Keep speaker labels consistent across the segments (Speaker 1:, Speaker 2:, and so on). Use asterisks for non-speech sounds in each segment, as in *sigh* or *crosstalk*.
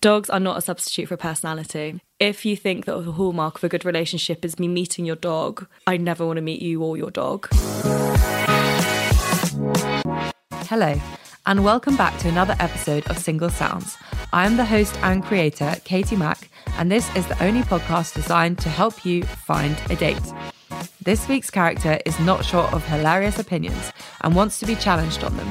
Speaker 1: Dogs are not a substitute for personality. If you think that the hallmark of a good relationship is me meeting your dog, I never want to meet you or your dog.
Speaker 2: Hello, and welcome back to another episode of Single Sounds. I am the host and creator, Katie Mack, and this is the only podcast designed to help you find a date. This week's character is not short of hilarious opinions and wants to be challenged on them.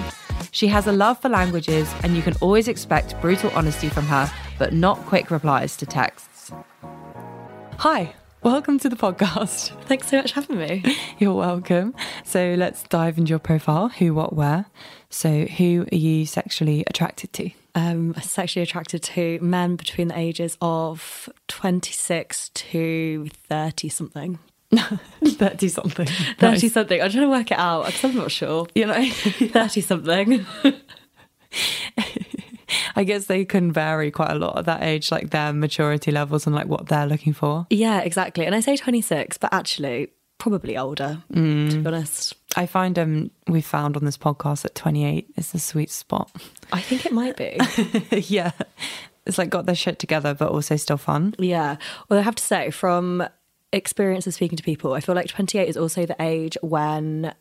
Speaker 2: She has a love for languages, and you can always expect brutal honesty from her, but not quick replies to texts. Hi, welcome to the podcast. *laughs*
Speaker 1: Thanks so much for having me.
Speaker 2: You're welcome. So let's dive into your profile who, what, where. So, who are you sexually attracted to?
Speaker 1: Um, I'm sexually attracted to men between the ages of 26 to 30 *laughs* something. *laughs*
Speaker 2: 30 something.
Speaker 1: 30 something. I'm trying to work it out because I'm not *laughs* sure.
Speaker 2: You know,
Speaker 1: 30 something.
Speaker 2: I guess they can vary quite a lot at that age, like their maturity levels and like what they're looking for.
Speaker 1: yeah, exactly. And I say 26, but actually, probably older, to be honest.
Speaker 2: I find um we found on this podcast that 28 is the sweet spot. *laughs*
Speaker 1: I think it might be.
Speaker 2: yeah. It's like got their shit together but also still fun.
Speaker 1: Yeah. Well, I have to say, from experience of speaking to people, I feel like 28 is also the age when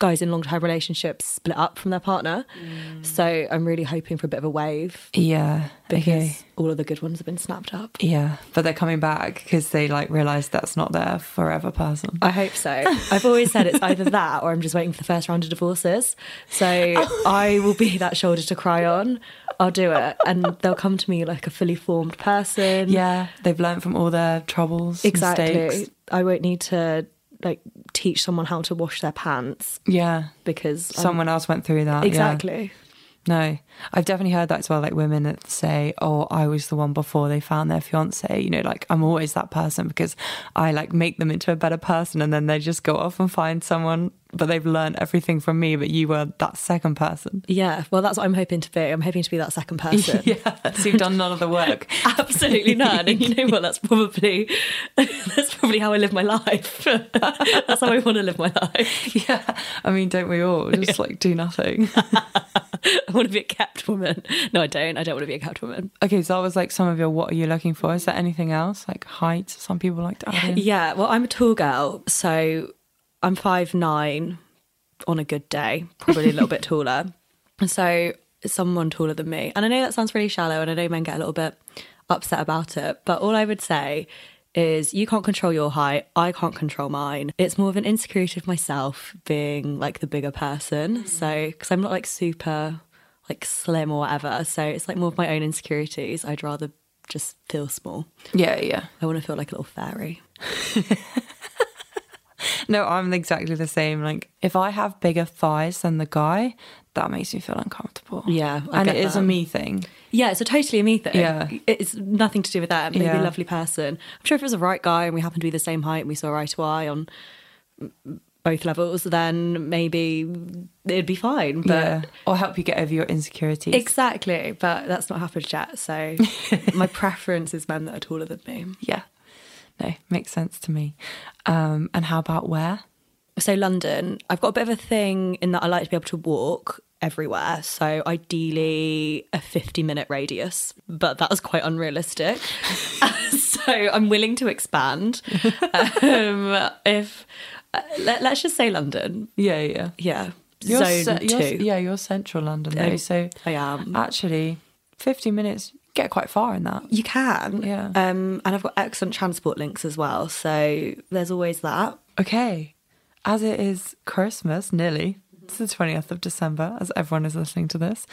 Speaker 1: guys in long term relationships split up from their partner. So I'm really hoping for a bit of a wave
Speaker 2: Yeah.
Speaker 1: because
Speaker 2: Mm. okay.
Speaker 1: all of the good ones have been snapped up.
Speaker 2: Yeah, but they're coming back because they like realize that's not their forever person.
Speaker 1: I hope so. I've always said it's
Speaker 2: *laughs*
Speaker 1: either that or I'm just waiting for the first round of divorces. So
Speaker 2: Oh.
Speaker 1: I will be that shoulder to cry on. I'll do it. And they'll come to me like a fully formed person.
Speaker 2: Yeah, they've learned from all their troubles,
Speaker 1: Exactly.
Speaker 2: mistakes.
Speaker 1: I won't need to like teach someone how to wash their pants
Speaker 2: Yeah,
Speaker 1: because I'm
Speaker 2: someone else went through that. yeah.
Speaker 1: Um, Exactly.
Speaker 2: No, I've definitely heard that as well. Like women that say, "Oh, I was the one before they found their fiance." You know, like I'm always that person because I like make them into a better person, and then they just go off and find someone, but they've learned everything from me. But you were that second person.
Speaker 1: Yeah. Well, that's what I'm hoping to be. I'm hoping to be that
Speaker 2: *laughs*
Speaker 1: second person.
Speaker 2: Yeah, so you've done none of
Speaker 1: *laughs*
Speaker 2: the work.
Speaker 1: Absolutely none. And you know what? That's probably *laughs* that's probably how I live my life. *laughs* that's how I want to live my life.
Speaker 2: yeah, I mean, don't we all just like do nothing?
Speaker 1: *laughs* I want to be a kept woman. No, I don't. I don't want to be a kept woman.
Speaker 2: Okay, so that was like some of your what are you looking for? Is there anything else like height? Some people like to add in.
Speaker 1: Yeah. Well, I'm a tall girl, so I'm five nine on a good day, probably a little bit taller. And so someone taller than me. And I know that sounds really shallow, and I know men get a little bit upset about it. But all I would say is you can't control your height. I can't control mine. It's more of an insecurity of myself being like the bigger person. So because I'm not like super like slim or whatever. So it's like more of my own insecurities. I'd rather just feel small.
Speaker 2: Yeah, yeah.
Speaker 1: I want to feel like a little fairy.
Speaker 2: No, I'm exactly the same. Like if I have bigger thighs than the guy, that makes me feel uncomfortable.
Speaker 1: Yeah, I
Speaker 2: and it
Speaker 1: get
Speaker 2: is
Speaker 1: that.
Speaker 2: a me thing.
Speaker 1: Yeah, it's a totally me thing.
Speaker 2: Yeah.
Speaker 1: It's nothing to do with that. Maybe
Speaker 2: Yeah.
Speaker 1: a lovely person. I'm sure if it was a right guy and we happened to be the same height and we saw eye to eye on both levels, then maybe it'd be fine. But
Speaker 2: yeah. Or help you get over your insecurities.
Speaker 1: exactly. But that's not happened yet.
Speaker 2: *laughs*
Speaker 1: So my preference is men that are taller than me.
Speaker 2: yeah. No, makes sense to me. Um, and how about where?
Speaker 1: So London, I've got a bit of a thing in that I like to be able to walk everywhere. So ideally a 50 minute radius, but that was quite unrealistic. *laughs* so I'm willing to
Speaker 2: *laughs*
Speaker 1: expand. um, if uh, let, let's just say London.
Speaker 2: Yeah, yeah.
Speaker 1: Yeah.
Speaker 2: You're
Speaker 1: Zone
Speaker 2: ce- you're-
Speaker 1: 2.
Speaker 2: yeah, you're central London though.
Speaker 1: Um,
Speaker 2: so
Speaker 1: I am.
Speaker 2: actually fifty minutes you get quite far in that.
Speaker 1: You can.
Speaker 2: Yeah.
Speaker 1: Um, and I've got excellent transport links as well. So there's always that.
Speaker 2: Okay. As it is Christmas, nearly, it's the 20th of December, as everyone is listening to this,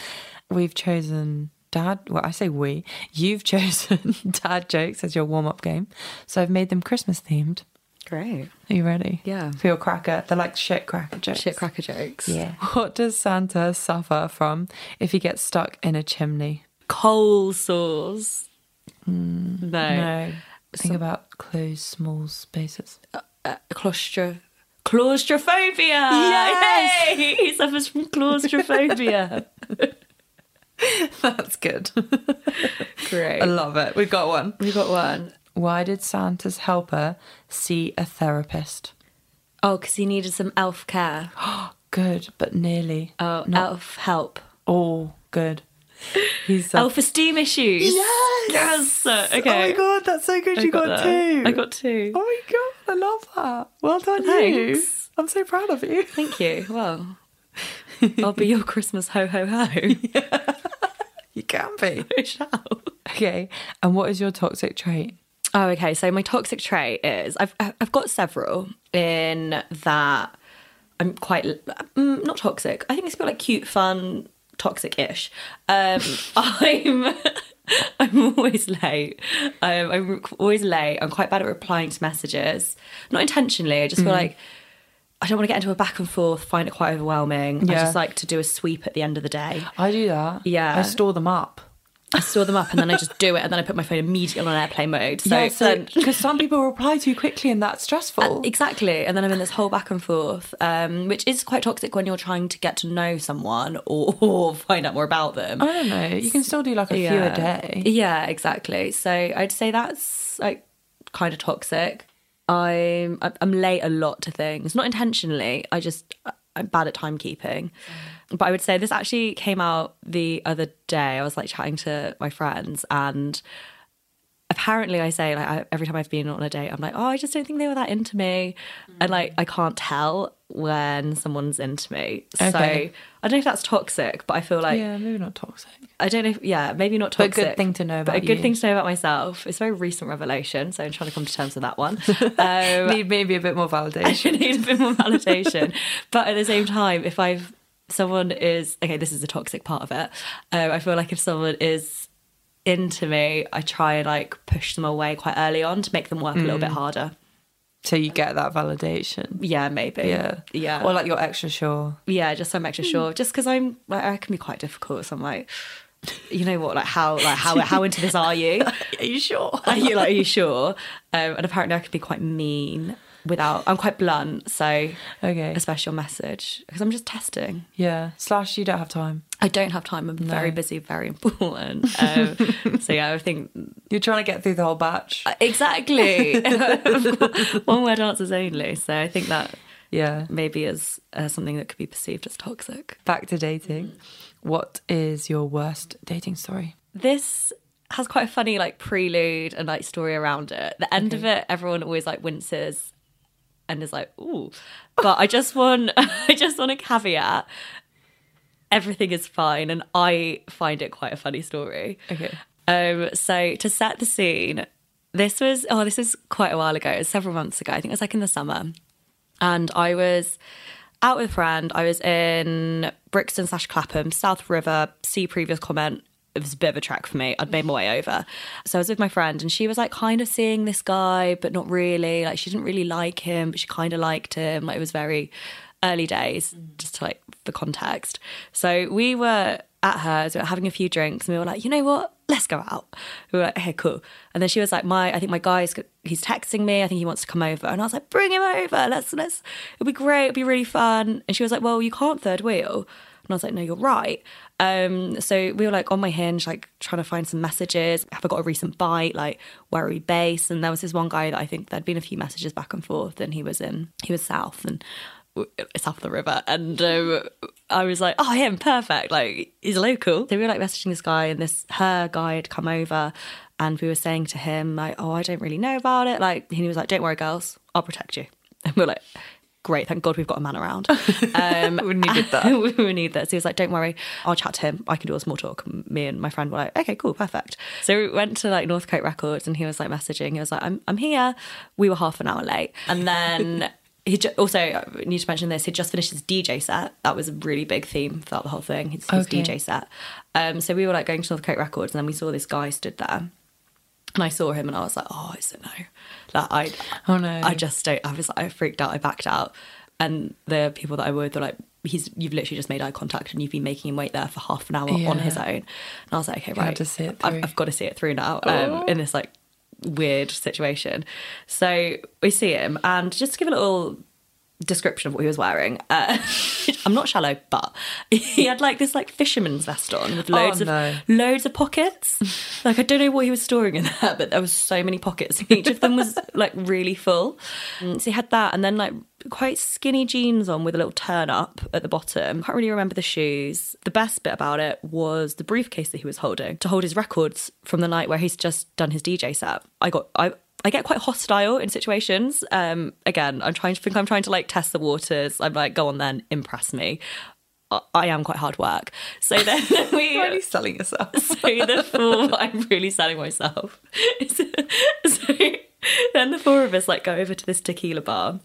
Speaker 2: we've chosen dad. Well, I say we, you've *laughs* chosen dad jokes as your warm up game. So I've made them Christmas themed.
Speaker 1: Great.
Speaker 2: Are you ready?
Speaker 1: Yeah.
Speaker 2: For your cracker. They're like shit cracker jokes.
Speaker 1: Shit cracker jokes.
Speaker 2: Yeah. *laughs* What does Santa suffer from if he gets stuck in a chimney?
Speaker 1: Coal saws. no.
Speaker 2: No. Think about closed small spaces.
Speaker 1: uh, claustro claustrophobia.
Speaker 2: Yes!
Speaker 1: Yay! he suffers from
Speaker 2: *laughs*
Speaker 1: claustrophobia.
Speaker 2: That's good. *laughs* I
Speaker 1: Great.
Speaker 2: love it. We've got one.
Speaker 1: We got one.
Speaker 2: Why did Santa's helper see a therapist? *gasps*
Speaker 1: Oh, because he needed some elf care.
Speaker 2: Good, but nearly.
Speaker 1: Oh, elf help.
Speaker 2: all good. He's like,
Speaker 1: Self esteem issues.
Speaker 2: Yes!
Speaker 1: Yes.
Speaker 2: oh
Speaker 1: Okay.
Speaker 2: my god, that's so good.
Speaker 1: I
Speaker 2: you got,
Speaker 1: that.
Speaker 2: two.
Speaker 1: I got two.
Speaker 2: Oh my god, I love that. Well done, you.
Speaker 1: Thanks.
Speaker 2: I'm so proud of you. *laughs*
Speaker 1: Thank you. Well, I'll be your Christmas ho ho ho. *laughs*
Speaker 2: You can be.
Speaker 1: I shall.
Speaker 2: Okay. And what is your toxic trait?
Speaker 1: Oh, okay. So my toxic trait is I've I've got several in that I'm quite mm, not toxic. I think it's a bit like cute, fun, toxic-ish.
Speaker 2: *laughs*
Speaker 1: Um, I'm *laughs* I'm always late. Um, I'm always late. I'm quite bad at replying to messages, not intentionally. I just
Speaker 2: Mm.
Speaker 1: feel like I don't want to get into a back and forth. Find it quite overwhelming. I
Speaker 2: Yeah.
Speaker 1: just like to do a sweep at the end of the day.
Speaker 2: I do that.
Speaker 1: Yeah.
Speaker 2: I store them up.
Speaker 1: I store them up and then I just do it, and then I put my phone immediately on airplane mode. So,
Speaker 2: *laughs* yeah, so Uh,
Speaker 1: then-
Speaker 2: because some people reply too quickly and *laughs* that's stressful.
Speaker 1: Exactly. And then I'm in this whole back and forth, um, which is quite toxic when you're trying to get to know someone or, or find out more about them.
Speaker 2: I don't know. You can still do like a few a day.
Speaker 1: Yeah, exactly. So I'd say that's like kind of toxic. I'm I- I'm late a lot to things, not intentionally. I just I'm bad at timekeeping. But I would say this actually came out the other day. I was like chatting to my friends and apparently I say like I, every time I've been on a date I'm like, "Oh, I just don't think they were that into me." And like I can't tell when someone's into me. So
Speaker 2: Okay.
Speaker 1: I don't know if that's toxic, but I feel like
Speaker 2: Yeah, maybe not toxic.
Speaker 1: I don't know. If, yeah, maybe not
Speaker 2: But a
Speaker 1: toxic.
Speaker 2: good thing to know
Speaker 1: But a
Speaker 2: about
Speaker 1: good
Speaker 2: you.
Speaker 1: thing to know about myself. It's a very recent revelation, so I'm trying to come to terms with that
Speaker 2: *laughs*
Speaker 1: one. Um,
Speaker 2: Need maybe a bit more
Speaker 1: *laughs*
Speaker 2: validation.
Speaker 1: I need a bit more validation. but at the same time, if I've someone is okay, this is the toxic part of it. Um, I feel like if someone is into me, I try and like push them away quite early on to make them work a little
Speaker 2: Mm.
Speaker 1: bit harder.
Speaker 2: *laughs* So you get that validation.
Speaker 1: Yeah, maybe.
Speaker 2: Yeah.
Speaker 1: yeah.
Speaker 2: Or like you're extra sure.
Speaker 1: yeah, just so I'm
Speaker 2: Hmm.
Speaker 1: extra sure. Just because I'm like, I can be quite difficult. So I'm like, you know what? Like how like how how into this are you?
Speaker 2: *laughs* Are you sure?
Speaker 1: *laughs* Are you like, are you sure? Um, and apparently, I can be quite mean without. I'm quite blunt, so
Speaker 2: Okay.
Speaker 1: a special message because I'm just testing.
Speaker 2: Yeah. Slash, you don't have time.
Speaker 1: I don't have time. I'm very busy,
Speaker 2: *laughs*
Speaker 1: very important. Um, so yeah, I think uh,
Speaker 2: You're trying to get through the whole batch.
Speaker 1: exactly *laughs* one word answers only. So I think that
Speaker 2: yeah.
Speaker 1: maybe is uh, something that could be perceived as toxic.
Speaker 2: Back to dating. What is your worst dating story?
Speaker 1: this has quite a funny like prelude and like story around it. The end of it, everyone always like winces and is like, "Ooh," but I just want, *laughs* I just want a caveat. Everything is fine, and I find it quite a funny story.
Speaker 2: Okay.
Speaker 1: Um, so to set the scene, this was oh, this is quite a while ago. It was several months ago. I think it was like in the summer, and I was out with a friend. I was in Brixton slash Clapham, South River. See previous comment. It was a bit of a trek for me. I'd made my way over, so I was with my friend, and she was like kind of seeing this guy, but not really. Like she didn't really like him, but she kind of liked him. Like it was very early days, just to like the context. So we were at hers, we were having a few drinks, and we were like, you know what? Let's go out. We were like, hey, cool. And then she was like, my, I think my guy's, he's texting me. I think he wants to come over. And I was like, bring him over. Let's, let's, it'll be great. It'll be really fun. And she was like, well, you can't third wheel. And I was like, no, you're right. Um, so we were like on my hinge, like trying to find some messages. Have I got a recent bite? Like, where are we based? And there was this one guy that I think there'd been a few messages back and forth, and he was in, he was south, and south of the river and um, i was like oh him perfect like he's local so we were like messaging this guy and this her guy had come over and we were saying to him like oh i don't really know about it like and he was like don't worry girls i'll protect you and we we're like great thank god we've got a man around *laughs* um
Speaker 2: We needed
Speaker 1: *laughs*
Speaker 2: that.
Speaker 1: we would need this. He was like, don't worry, I'll chat to him. I can do a small talk. And Me and my friend were like, okay, cool, perfect. So we went to like Northcote Records and he was like messaging. He was like, I'm, I'm here. We were half an hour late. And then *laughs* he ju- also, I need to mention this, he'd just finished his DJ set. That was a really big theme throughout the whole thing, his, his
Speaker 2: Okay.
Speaker 1: DJ set. Um, so we were like going to Northcote Records and then we saw this guy stood there. And I saw him and I was like, oh, it's a no. Like, I,
Speaker 2: *laughs* Oh, no.
Speaker 1: I just don't. I was like, I freaked out. I backed out. And the people that I were with were like, he's, you've literally just made eye contact and you've been making him wait there for half an hour on
Speaker 2: Yeah.
Speaker 1: his own. And I was like, okay, right.
Speaker 2: had to see it
Speaker 1: I've,
Speaker 2: through. Oh.
Speaker 1: I've got to see it through now um, in this like weird situation. So we see him and just to give a little description of what he was wearing. Uh, *laughs* I'm not shallow, but *laughs* he had like this like fisherman's vest on with loads
Speaker 2: Oh, no.
Speaker 1: of loads of pockets. Like I don't know what he was storing in there, but there was so many pockets. Each of them was like really full. Mm, So he had that, and then like quite skinny jeans on with a little turn up at the bottom. Can't really remember the shoes. The best bit about it was the briefcase that he was holding to hold his records from the night where he's just done his DJ set. I got I I get quite hostile in situations. Um, again, I'm trying to think I'm trying to like test the waters. I'm like, go on then, impress me. I, I am quite hard work. So then *laughs* we
Speaker 2: You're really selling
Speaker 1: *laughs*
Speaker 2: yourself.
Speaker 1: so the four *laughs* I'm really selling myself. *laughs* so then the four of us like go over to this tequila bar,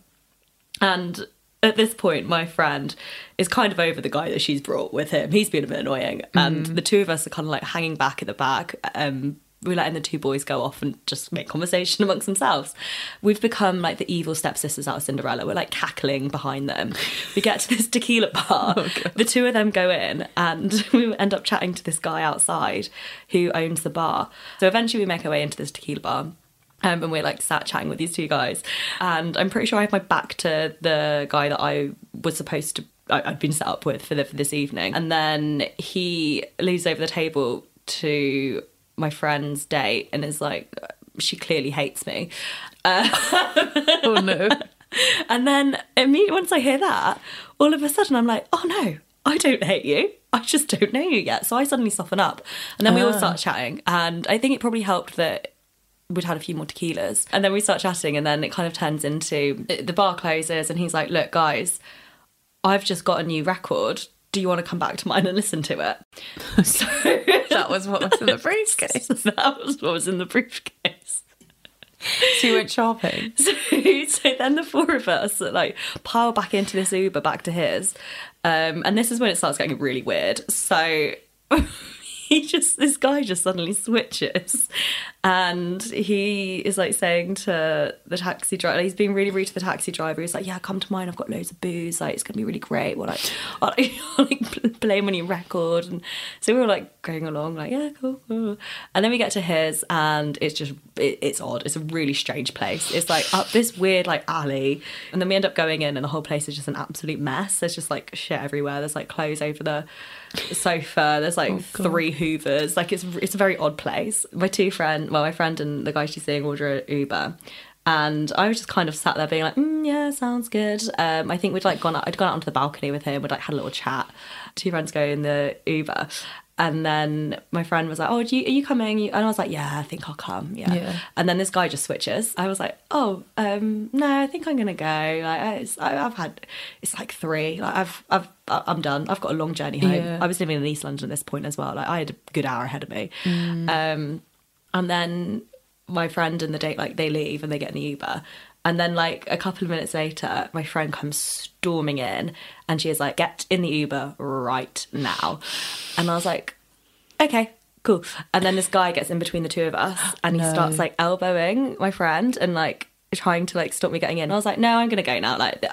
Speaker 1: and at this point, my friend is kind of over the guy that she's brought with him. He's been a bit annoying, and the two of us are kind of like hanging back at the back. Um, we're letting the two boys go off and just make conversation amongst themselves. We've become like the evil stepsisters out of Cinderella. We're like cackling behind them. We get to this tequila bar. the two of them go in and *laughs* we end up chatting to this guy outside who owns the bar. So eventually we make our way into this tequila bar. Um, and we're like sat chatting with these two guys. And I'm pretty sure I have my back to the guy that I was supposed to, I, I'd been set up with for, the, for this evening. And then he leaves over the table to my friend's date and is like, she clearly hates me.
Speaker 2: *laughs* Oh no.
Speaker 1: And then immediately once I hear that, all of a sudden I'm like, oh no, I don't hate you. I just don't know you yet. So I suddenly soften up. And then we all start chatting. And I think it probably helped that we'd had a few more tequilas. And then we start chatting. And then it kind of turns into the bar closes. And he's like, look, guys, I've just got a new record. Do you want to come back to mine and listen to it? so
Speaker 2: *laughs*
Speaker 1: *laughs*
Speaker 2: That was what was in the *laughs* briefcase.
Speaker 1: that was what was in the briefcase.
Speaker 2: So you went shopping.
Speaker 1: *laughs* So, so then the four of us like pile back into this Uber back to his, um, and this is when it starts getting really weird. So *laughs* he just this guy just suddenly switches, and he is like saying to the taxi driver, he's being really rude to the taxi driver. He's like, "Yeah, come to mine. I've got loads of booze. Like it's gonna be really great. We're like, *laughs* I'll, I'll like play money record." And so we were like going along, like, "Yeah, cool, cool." And then we get to his, and it's just it, it's odd. It's a really strange place. It's like up this weird like alley, and then we end up going in, and the whole place is just an absolute mess. There's just like shit everywhere. There's like clothes over the sofa. There's like
Speaker 2: Oh, God.
Speaker 1: three Hoovers. Like it's it's a very odd place. My two friend, well, my friend and the guy she's seeing order an Uber. And I was just kind of sat there being like, mm, yeah, sounds good. Um, I think we'd like gone out, I'd gone out onto the balcony with him. We'd like had a little chat. Two friends go in the Uber. And then my friend was like, oh, do you, are you coming? You- And I was like, yeah, I think I'll come. Yeah.
Speaker 2: Yeah.
Speaker 1: And then this guy just switches. I was like, oh, um, no, I think I'm going to go. Like, I- it's, I, I've had, it's like three. Like, I've, I've, I- I'm done. I've got a long journey home.
Speaker 2: Yeah.
Speaker 1: I was living in East London at this point as well. Like, I had a good hour ahead of me.
Speaker 2: Mm.
Speaker 1: Um, and then my friend and the date like they leave and they get in the uber and then like a couple of minutes later my friend comes storming in and she is like get in the uber right now and i was like okay cool and then this guy gets in between the two of us and he
Speaker 2: No.
Speaker 1: starts like elbowing my friend and like trying to like stop me getting in i was like no i'm gonna go now like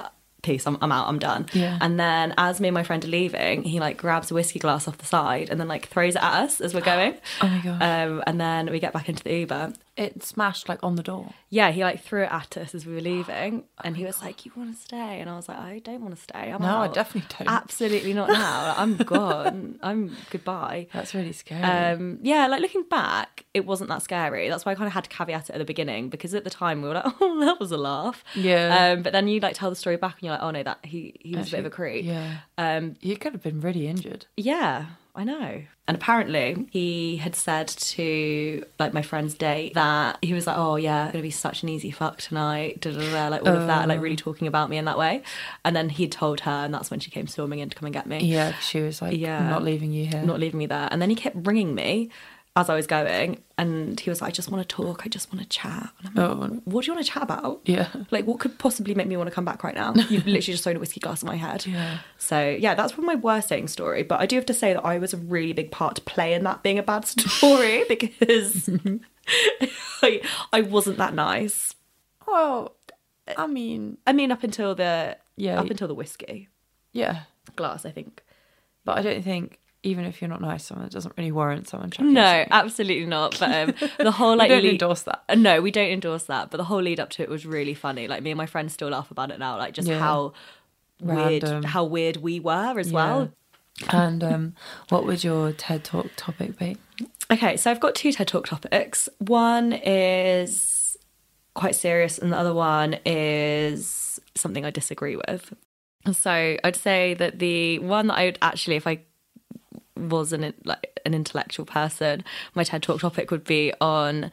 Speaker 1: peace i'm, I'm out i'm done
Speaker 2: Yeah.
Speaker 1: and then as me and my friend are leaving he like grabs a whiskey glass off the side and then like throws it at us as we're going
Speaker 2: *gasps* Oh my gosh.
Speaker 1: um, and then we get back into the uber
Speaker 2: It smashed like on the door.
Speaker 1: yeah, he like threw it at us as we were
Speaker 2: *gasps*
Speaker 1: leaving, and he was like, "You want to stay?" And I was like, "I don't want to stay. I'm
Speaker 2: Oh No, I
Speaker 1: out.
Speaker 2: definitely don't.
Speaker 1: Absolutely not now. Like, I'm
Speaker 2: *laughs*
Speaker 1: gone. I'm goodbye."
Speaker 2: That's really scary.
Speaker 1: Um, yeah, like looking back, it wasn't that scary. That's why I kind of had to caveat it at the beginning because at the time we were like, *laughs* "Oh, that was a laugh."
Speaker 2: Yeah.
Speaker 1: Um, but then you like tell the story back, and you're like, "Oh no, that he he was a bit of a creep."
Speaker 2: yeah.
Speaker 1: Um,
Speaker 2: You could have been really injured.
Speaker 1: yeah, I know. And apparently, he had said to like my friend's date that he was like, "Oh yeah, it's gonna be such an easy fuck tonight." Da, da, da, da, like all of that, like really
Speaker 2: Oh.
Speaker 1: talking about me in that way. And then he told her, and that's when she came storming in to come and get me,
Speaker 2: Yeah, 'cause she was like,
Speaker 1: Yeah.
Speaker 2: I'm not leaving you here.
Speaker 1: not leaving me there. And then he kept ringing me as I was going, and he was like, "I just want to talk. I just want to chat." And I'm like,
Speaker 2: oh,
Speaker 1: "What do you want to chat about?"
Speaker 2: yeah.
Speaker 1: Like, what could possibly make me want to come back right *laughs* now? You've literally just thrown a whiskey glass in my head.
Speaker 2: Yeah.
Speaker 1: So, yeah, that's probably my worst dating story. But I do have to say that I was a really big part to play in that being a bad *laughs* story because *laughs* I, I wasn't that nice.
Speaker 2: Well, I mean,
Speaker 1: I mean, up until the
Speaker 2: Yeah.
Speaker 1: up until the whiskey
Speaker 2: yeah.
Speaker 1: glass, I think.
Speaker 2: But I don't think, even if you're not nice, someone it doesn't really warrant someone checking.
Speaker 1: No, absolutely not. But um, the *laughs* whole
Speaker 2: I
Speaker 1: like
Speaker 2: don't
Speaker 1: lead-
Speaker 2: endorse that.
Speaker 1: Uh, No, we don't endorse that, but the whole lead up to it was really funny. Like me and my friends still laugh about it now, like just
Speaker 2: Yeah.
Speaker 1: how
Speaker 2: Random.
Speaker 1: weird how weird we were as well.
Speaker 2: and um, what would your TED Talk topic be?
Speaker 1: Okay, so I've got two TED Talk topics. One is quite serious, and the other one is something I disagree with. So I'd say that the one that I would actually, if I was an like an intellectual person, my TED Talk topic would be on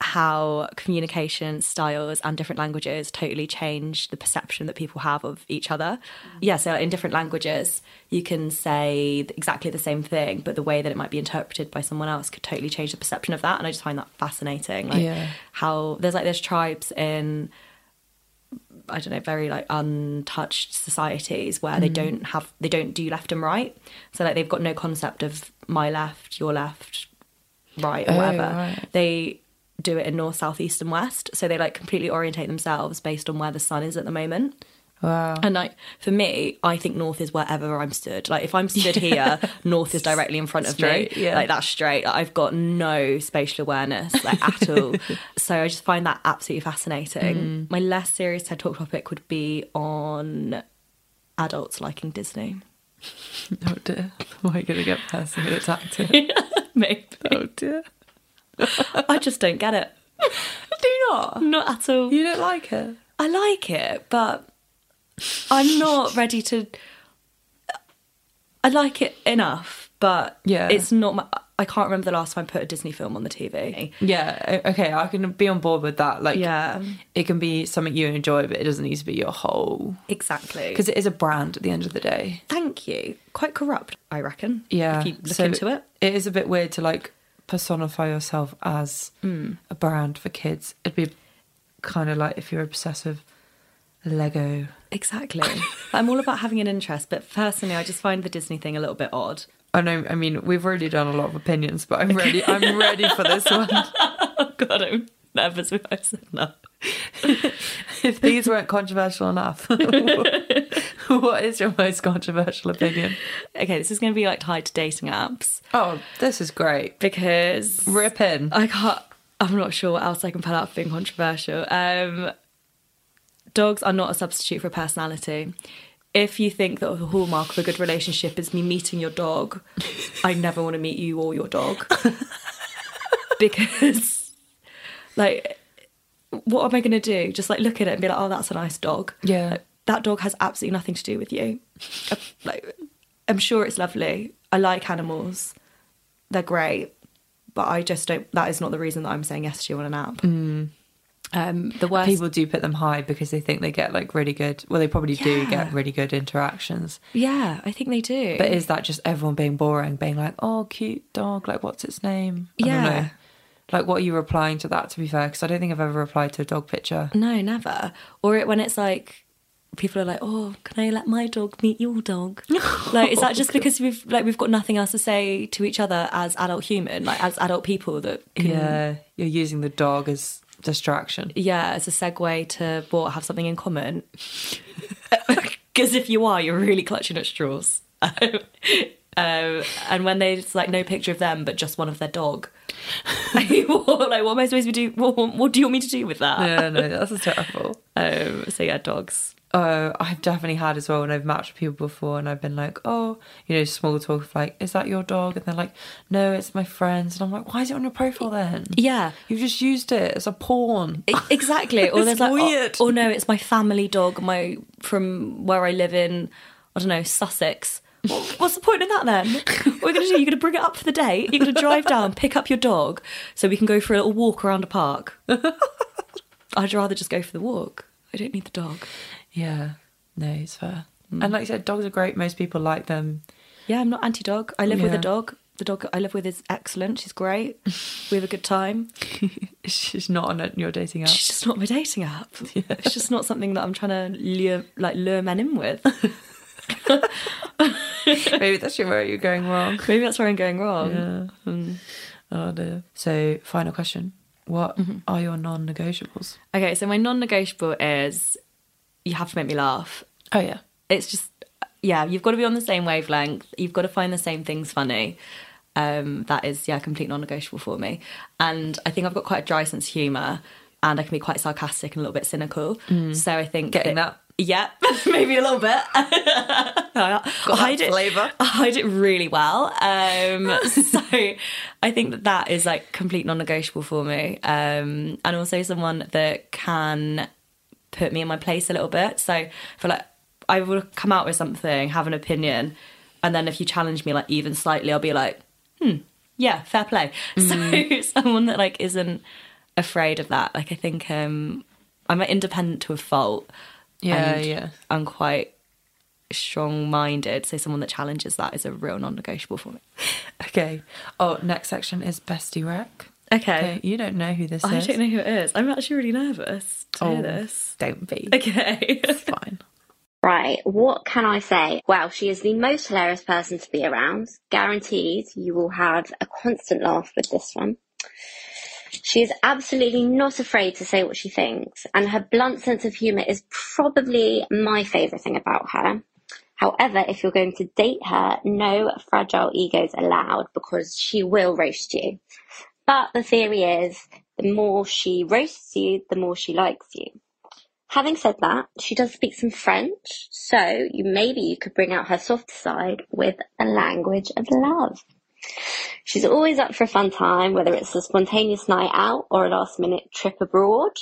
Speaker 1: how communication styles and different languages totally change the perception that people have of each other. Yeah, so in different languages, you can say exactly the same thing, but the way that it might be interpreted by someone else could totally change the perception of that. And I just find that fascinating. Like
Speaker 2: Yeah.
Speaker 1: how there's like there's tribes in I don't know, very like untouched societies where
Speaker 2: Mm.
Speaker 1: they don't have they don't do left and right. So like they've got no concept of my left, your left, right, or
Speaker 2: Oh,
Speaker 1: whatever.
Speaker 2: right.
Speaker 1: They do it in north, south, east, and west. So they like completely orientate themselves based on where the sun is at the moment.
Speaker 2: Wow.
Speaker 1: And like for me, I think north is wherever I'm stood. Like if *laughs* I'm stood here, north is directly in front of
Speaker 2: Straight,
Speaker 1: me.
Speaker 2: yeah.
Speaker 1: Like that's straight. Like, I've got no spatial awareness like at *laughs* all. So I just find that absolutely fascinating. My less serious TED Talk topic would be on adults liking Disney.
Speaker 2: Oh dear. Am I going to get personally attacked here?
Speaker 1: *laughs*
Speaker 2: *laughs*
Speaker 1: Maybe.
Speaker 2: Oh dear.
Speaker 1: I just don't get it.
Speaker 2: Do not.
Speaker 1: Not at all.
Speaker 2: You don't like her.
Speaker 1: I like it, but I'm *laughs* not ready to. I like it enough, but
Speaker 2: Yeah.
Speaker 1: it's not my. I can't remember the last time I put a Disney film on the TV.
Speaker 2: Yeah. o- Okay. I can be on board with that. Like,
Speaker 1: Yeah,
Speaker 2: it can be something you enjoy, but it doesn't need to be your whole.
Speaker 1: exactly.
Speaker 2: Because it is a brand at the end of the day.
Speaker 1: thank you, quite corrupt, I reckon.
Speaker 2: Yeah.
Speaker 1: if you look
Speaker 2: so
Speaker 1: into it.
Speaker 2: It is a bit weird to like personify yourself as a brand for kids. It'd be kind of like if you're obsessed with Lego.
Speaker 1: *laughs* Exactly. I'm all about having an interest, but personally, I just find the Disney thing a little bit odd.
Speaker 2: I know. I mean, we've already done a lot of opinions, but I'm ready. I'm ready for *laughs* this one.
Speaker 1: *laughs* Oh God, I'm nervous when I said that.
Speaker 2: If these weren't controversial enough, *laughs* what is your most controversial opinion?
Speaker 1: Okay, this is going to be like tied to dating apps
Speaker 2: Oh, this is great.
Speaker 1: because
Speaker 2: Rip in.
Speaker 1: I can't. I'm not sure what else I can pull out for being controversial. Um, dogs are not a substitute for personality. If you think that the hallmark of a good relationship is me meeting your dog, I never want to meet you or your dog because, like, what am I going to do? Just like look at it and be like, "Oh, that's a nice dog."
Speaker 2: Yeah.
Speaker 1: Like, that dog has absolutely nothing to do with you. Uh, Like, I'm sure it's lovely. I like animals; they're great, but I just don't. That is not the reason that I'm saying yes to you on an app. Um, the worst
Speaker 2: Mm. People do put them high because they think they get like really good. Well, they probably do
Speaker 1: Yeah.
Speaker 2: get really good interactions.
Speaker 1: Yeah, I think they do.
Speaker 2: But is that just everyone being boring, being like, "Oh, cute dog, like what's its name?" I
Speaker 1: Yeah.
Speaker 2: don't know. Like, what are you replying to that? To be fair, because I don't think I've ever replied to a dog picture.
Speaker 1: no, never. Or it, when it's like people are like, "Oh, can I let my dog meet your
Speaker 2: *laughs*
Speaker 1: dog?" like, is that just because we've like we've got nothing else to say to each other as adult human, like as adult people that
Speaker 2: Mm.
Speaker 1: can,
Speaker 2: Yeah, you're using the dog as distraction.
Speaker 1: yeah, as a segue to what have something in common? *laughs* Because if you are, you're really clutching at straws. *laughs* um, and when they it's like no picture of them, but just one of their dog. *laughs* like, what am I supposed to do? What, what do you want me to do with that?
Speaker 2: *laughs* Yeah, no, *laughs* that's terrible.
Speaker 1: Um, so yeah, dogs.
Speaker 2: Oh, I've definitely had as well when I've matched with people before and I've been like, oh, you know, small talk of like, is that your dog? And they're like, no, it's my friend's. And I'm like, why is it on your profile then?
Speaker 1: Yeah,
Speaker 2: You've just used it. It's a pawn.
Speaker 1: e-
Speaker 2: *laughs*
Speaker 1: exactly. Or
Speaker 2: It's
Speaker 1: there's like,
Speaker 2: weird.
Speaker 1: Oh, oh no, it's my family dog. My from where I live in, I don't know, Sussex. Well, What's the point in that then? What are you going to do? You're going to bring it up for the day. You're going to drive down, pick up your dog, so we can go for a little walk around a park.
Speaker 2: *laughs*
Speaker 1: I'd rather just go for the walk. I don't need the dog.
Speaker 2: Yeah. No, it's fair. And like I said, dogs are great. Most people like them.
Speaker 1: Yeah, I'm not anti-dog. I live with a
Speaker 2: Yeah.
Speaker 1: dog. The dog I live with is excellent. She's great. We have a good
Speaker 2: *laughs*
Speaker 1: time.
Speaker 2: She's not on your dating app.
Speaker 1: She's just not my dating app. It's just not something that I'm trying to lure, like lure men in
Speaker 2: *laughs*
Speaker 1: with.
Speaker 2: *laughs* Maybe that's where you're going wrong.
Speaker 1: Maybe that's where I'm going wrong.
Speaker 2: Oh, dear. So, final question. What are your non negotiables?
Speaker 1: Okay, so my non-negotiable is you have to make me laugh.
Speaker 2: Oh, yeah.
Speaker 1: It's just yeah, you've got to be on the same wavelength. You've got to find the same things funny. Um, that is yeah, complete non-negotiable for me. And I think I've got quite a dry sense of humour, and I can be quite sarcastic and a little bit cynical. So I think
Speaker 2: Mm. Getting that
Speaker 1: Yeah, *laughs* maybe a little bit. I hide it.
Speaker 2: flavour.
Speaker 1: *laughs* I hide it really well. Um,
Speaker 2: *laughs*
Speaker 1: so I think that that is like complete non-negotiable for me, um, and also someone that can put me in my place a little bit. So I feel like I will come out with something, have an opinion, and then if you challenge me like even slightly, I'll be like, "Hmm, yeah, fair play. *laughs*
Speaker 2: Mm-hmm.
Speaker 1: So someone that like isn't afraid of that. Like I think um I'm like, independent to a fault.
Speaker 2: Yeah,
Speaker 1: and
Speaker 2: yeah.
Speaker 1: I'm quite strong minded. So someone that challenges that is a real non negotiable for me.
Speaker 2: Okay. Oh, next section is bestie wreck. Okay,
Speaker 1: Okay.
Speaker 2: you don't know who this
Speaker 1: I
Speaker 2: is.
Speaker 1: don't know who it is. I'm actually really nervous to
Speaker 2: Oh,
Speaker 1: hear this. *laughs*
Speaker 2: don't be.
Speaker 1: Okay.
Speaker 2: Fine.
Speaker 3: Right, what can I say? Well, she is the most hilarious person to be around. Guaranteed you will have a constant laugh with this one. She is absolutely not afraid to say what she thinks, and her blunt sense of humour is probably my favourite thing about her. However, if you're going to date her, no fragile egos allowed because she will roast you. But the theory is the more she roasts you, the more she likes you. Having said that, she does speak some French, so you, maybe you could bring out her softer side with a language of love. She's always up for a fun time, whether it's a spontaneous night out or a last minute trip abroad.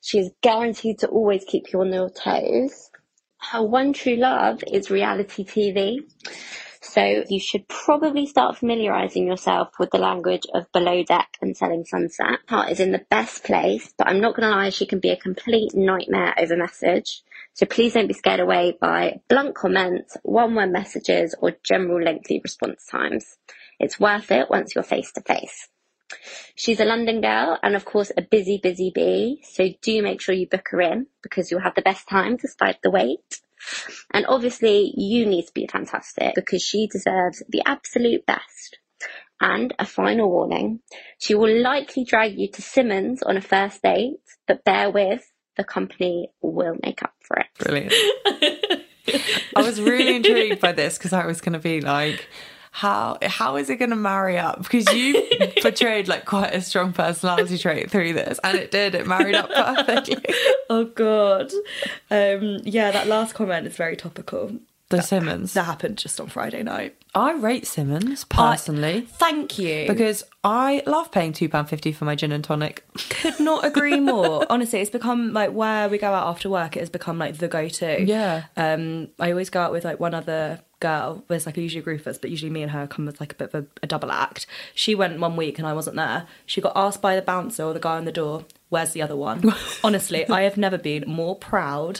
Speaker 3: She's guaranteed to always keep you on your toes. Her one true love is reality TV, so you should probably start familiarising yourself with the language of Below Deck and Selling Sunset. Heart is in the best place, but I'm not going to lie, she can be a complete nightmare over message. So please don't be scared away by blunt comments, one-word messages, or general lengthy response times. It's worth it once you're face to face. She's a London girl and of course a busy, busy bee. So do make sure you book her in because you'll have the best time despite the wait. And obviously, you need to be fantastic because she deserves the absolute best. And a final warning she will likely drag you to Simmons on a first date, but bear with, the company will make up for it.
Speaker 2: Brilliant. *laughs* I was really intrigued by this because I was going to be like, how how is it going to marry up? Because *laughs* you portrayed like quite a strong personality trait through this, and it did. It married *laughs* up perfectly.
Speaker 1: oh god. Um yeah, that last comment is very topical.
Speaker 2: The Simmons.
Speaker 1: That happened just on Friday night.
Speaker 2: I rate Simmons personally
Speaker 1: Thank you.
Speaker 2: because I love paying two pound fifty for my gin
Speaker 1: *laughs*
Speaker 2: and tonic.
Speaker 1: could not *laughs* agree more. Honestly, it's become like where we go out after work. It has become like the go-to.
Speaker 2: Yeah.
Speaker 1: Um, I always go out with like one other girl. There's like usually a group of us, but usually me and her come as like a bit of a, a double act. She went one week and I wasn't there. She got asked by the bouncer or the guy on the door, "Where's the other one?" *laughs* Honestly, I have never been more *laughs* proud.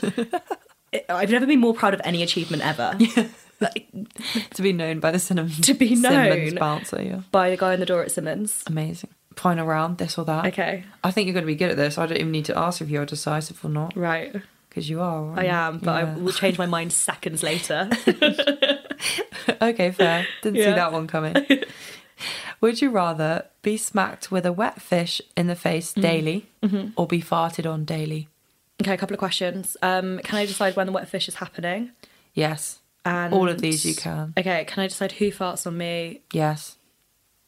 Speaker 1: I've never been more proud of any achievement ever.
Speaker 2: to be known by the Simmons
Speaker 1: To be
Speaker 2: Simmons
Speaker 1: known.
Speaker 2: bouncer. Yeah,
Speaker 1: By the guy on the door at Simmons.
Speaker 2: amazing. Final round, this or that.
Speaker 1: Okay.
Speaker 2: I think you're going to be good at this. I don't even need to ask if you're decisive or not
Speaker 1: Right.
Speaker 2: because you are.
Speaker 1: I
Speaker 2: right?
Speaker 1: am, but
Speaker 2: Mm, Yeah.
Speaker 1: I will change my mind seconds later.
Speaker 2: *laughs* Okay, fair. Didn't see
Speaker 1: Yeah.
Speaker 2: that
Speaker 1: *laughs*
Speaker 2: one coming. Would you rather be smacked with a wet fish in the face
Speaker 1: Mm-hmm.
Speaker 2: daily or be farted on daily?
Speaker 1: Okay, a couple of questions. Um, can I decide when the wet fish is happening?
Speaker 2: Yes.
Speaker 1: And
Speaker 2: All of these you can.
Speaker 1: Okay, can I decide who farts on me,
Speaker 2: Yes.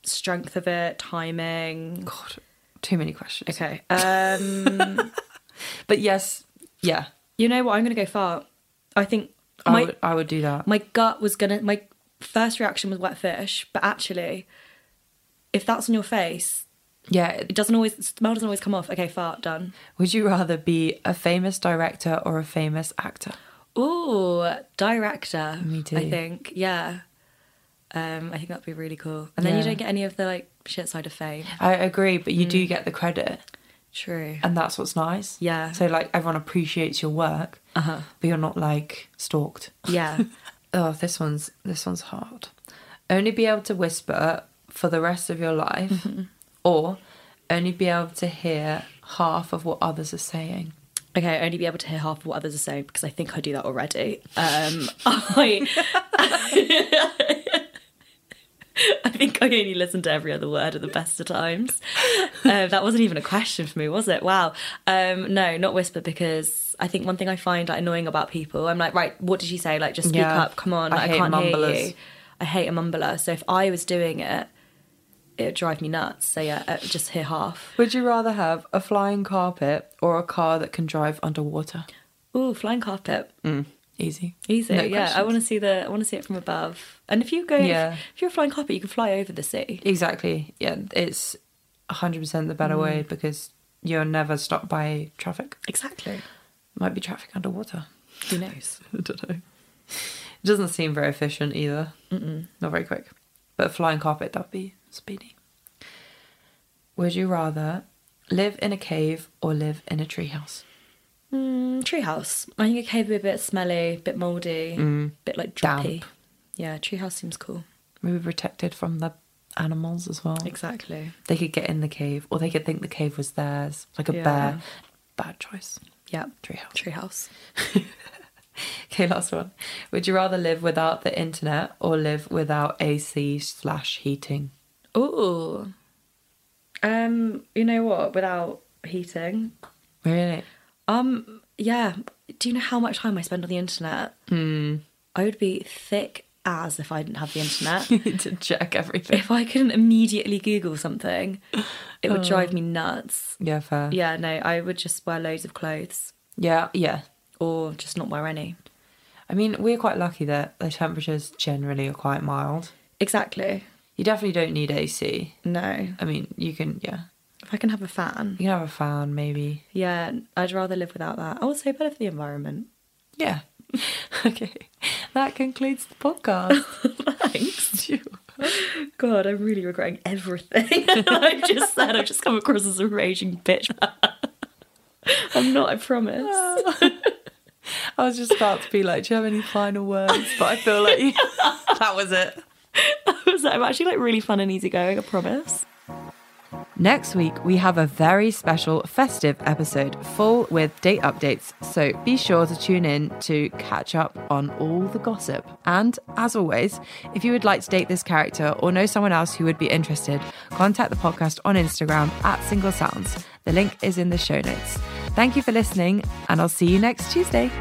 Speaker 1: strength of it, timing?
Speaker 2: God, too many questions.
Speaker 1: Okay. Um,
Speaker 2: But yes, yeah,
Speaker 1: you know what? I'm gonna go fart. I think
Speaker 2: I,
Speaker 1: my
Speaker 2: would, I would do that.
Speaker 1: my gut was gonna my first reaction was wet fish, but actually, if that's on your face,
Speaker 2: yeah.
Speaker 1: it
Speaker 2: it-
Speaker 1: doesn't always smell doesn't always come off. Okay, fart done.
Speaker 2: Would you rather be a famous director or a famous actor?
Speaker 1: Ooh, director.
Speaker 2: Me too.
Speaker 1: I think yeah. Um, I think that'd be really cool. And then you
Speaker 2: Yeah.
Speaker 1: don't get any of the like shit side of fame.
Speaker 2: I agree, but you do get the credit,
Speaker 1: True.
Speaker 2: and that's what's nice.
Speaker 1: Yeah.
Speaker 2: So, like, everyone appreciates your work, uh-huh. but you're not, like, stalked.
Speaker 1: Yeah.
Speaker 2: Oh, this one's this one's hard. Only be able to whisper for the rest of your life, or only be able to hear half of what others are saying.
Speaker 1: Okay, only be able to hear half of what others are saying because I think I do that already. Um, *laughs* I, I think I only listen to every other word at the best of times. Uh, that wasn't even a question for me, was it? Wow. Um, no, not whisper because I think one thing I find like annoying about people, I'm like, right, what did she say? Like, just speak
Speaker 2: Yeah.
Speaker 1: up. Come on,
Speaker 2: I
Speaker 1: like, I,
Speaker 2: hate
Speaker 1: can't hear
Speaker 2: mumblers.
Speaker 1: you. I hate a mumbler. So if I was doing it, it would drive me nuts. So yeah, uh, just hear half.
Speaker 2: Would you rather have a flying carpet or a car that can drive underwater?
Speaker 1: Ooh, flying carpet.
Speaker 2: Easy.
Speaker 1: Easy.
Speaker 2: No
Speaker 1: yeah, I
Speaker 2: questions.
Speaker 1: want to see the. I want to see it from above. And if you go,
Speaker 2: Yeah.
Speaker 1: if, if you're flying carpet, you can fly over the sea.
Speaker 2: Exactly. Yeah, it's 100% the better way because you're never stopped by traffic.
Speaker 1: Exactly.
Speaker 2: Might be traffic underwater. *laughs*
Speaker 1: Who knows?
Speaker 2: I don't know. It doesn't seem very efficient either. Mm-mm. Not very quick. But a flying carpet, that'd be speedy. Would you rather live in a cave or live in a treehouse?
Speaker 1: Mm, treehouse. I think a cave would be a bit smelly, a bit mouldy, a bit like drippy.
Speaker 2: Damp.
Speaker 1: Yeah, treehouse seems cool.
Speaker 2: Maybe protected from the animals as well.
Speaker 1: Exactly.
Speaker 2: They could get in the cave, or they could think the cave was theirs, like a
Speaker 1: Yeah.
Speaker 2: bear. Bad choice.
Speaker 1: Yeah.
Speaker 2: Treehouse.
Speaker 1: Treehouse.
Speaker 2: *laughs* Okay, last one. Would you rather live without the internet or live without AC slash heating?
Speaker 1: Ooh. Um, you know what? Without heating.
Speaker 2: Really? *laughs*
Speaker 1: Um, yeah. Do you know how much time I spend on the internet? I would be thick as if I didn't have the internet.
Speaker 2: You need to check
Speaker 1: *laughs*
Speaker 2: everything.
Speaker 1: if I couldn't immediately Google something, it would drive me nuts.
Speaker 2: Yeah, fair.
Speaker 1: Yeah, no, I would just wear loads of clothes
Speaker 2: Yeah, yeah.
Speaker 1: or just not wear any.
Speaker 2: I mean, we're quite lucky that the temperatures generally are quite mild.
Speaker 1: Exactly.
Speaker 2: You definitely don't need AC.
Speaker 1: No.
Speaker 2: I mean, you can, yeah.
Speaker 1: If I can have a fan,
Speaker 2: You can have a fan, maybe.
Speaker 1: yeah, I'd rather live without that. Also, better for the environment.
Speaker 2: Yeah. *laughs* okay. That concludes the podcast.
Speaker 1: Thanks. God, I'm really regretting everything *laughs* I've just said. I've just come across as a raging bitch. *laughs* I'm not, I promise.
Speaker 2: I was just about to be like, do you have any final words? But I feel like you... *laughs* that was it.
Speaker 1: *laughs* So I'm actually like really fun and easygoing, I promise.
Speaker 2: Next week, we have a very special festive episode full with date updates, so be sure to tune in to catch up on all the gossip. And as always, if you would like to date this character or know someone else who would be interested, contact the podcast on Instagram at Single Sounds. The link is in the show notes. Thank you for listening, and I'll see you next Tuesday.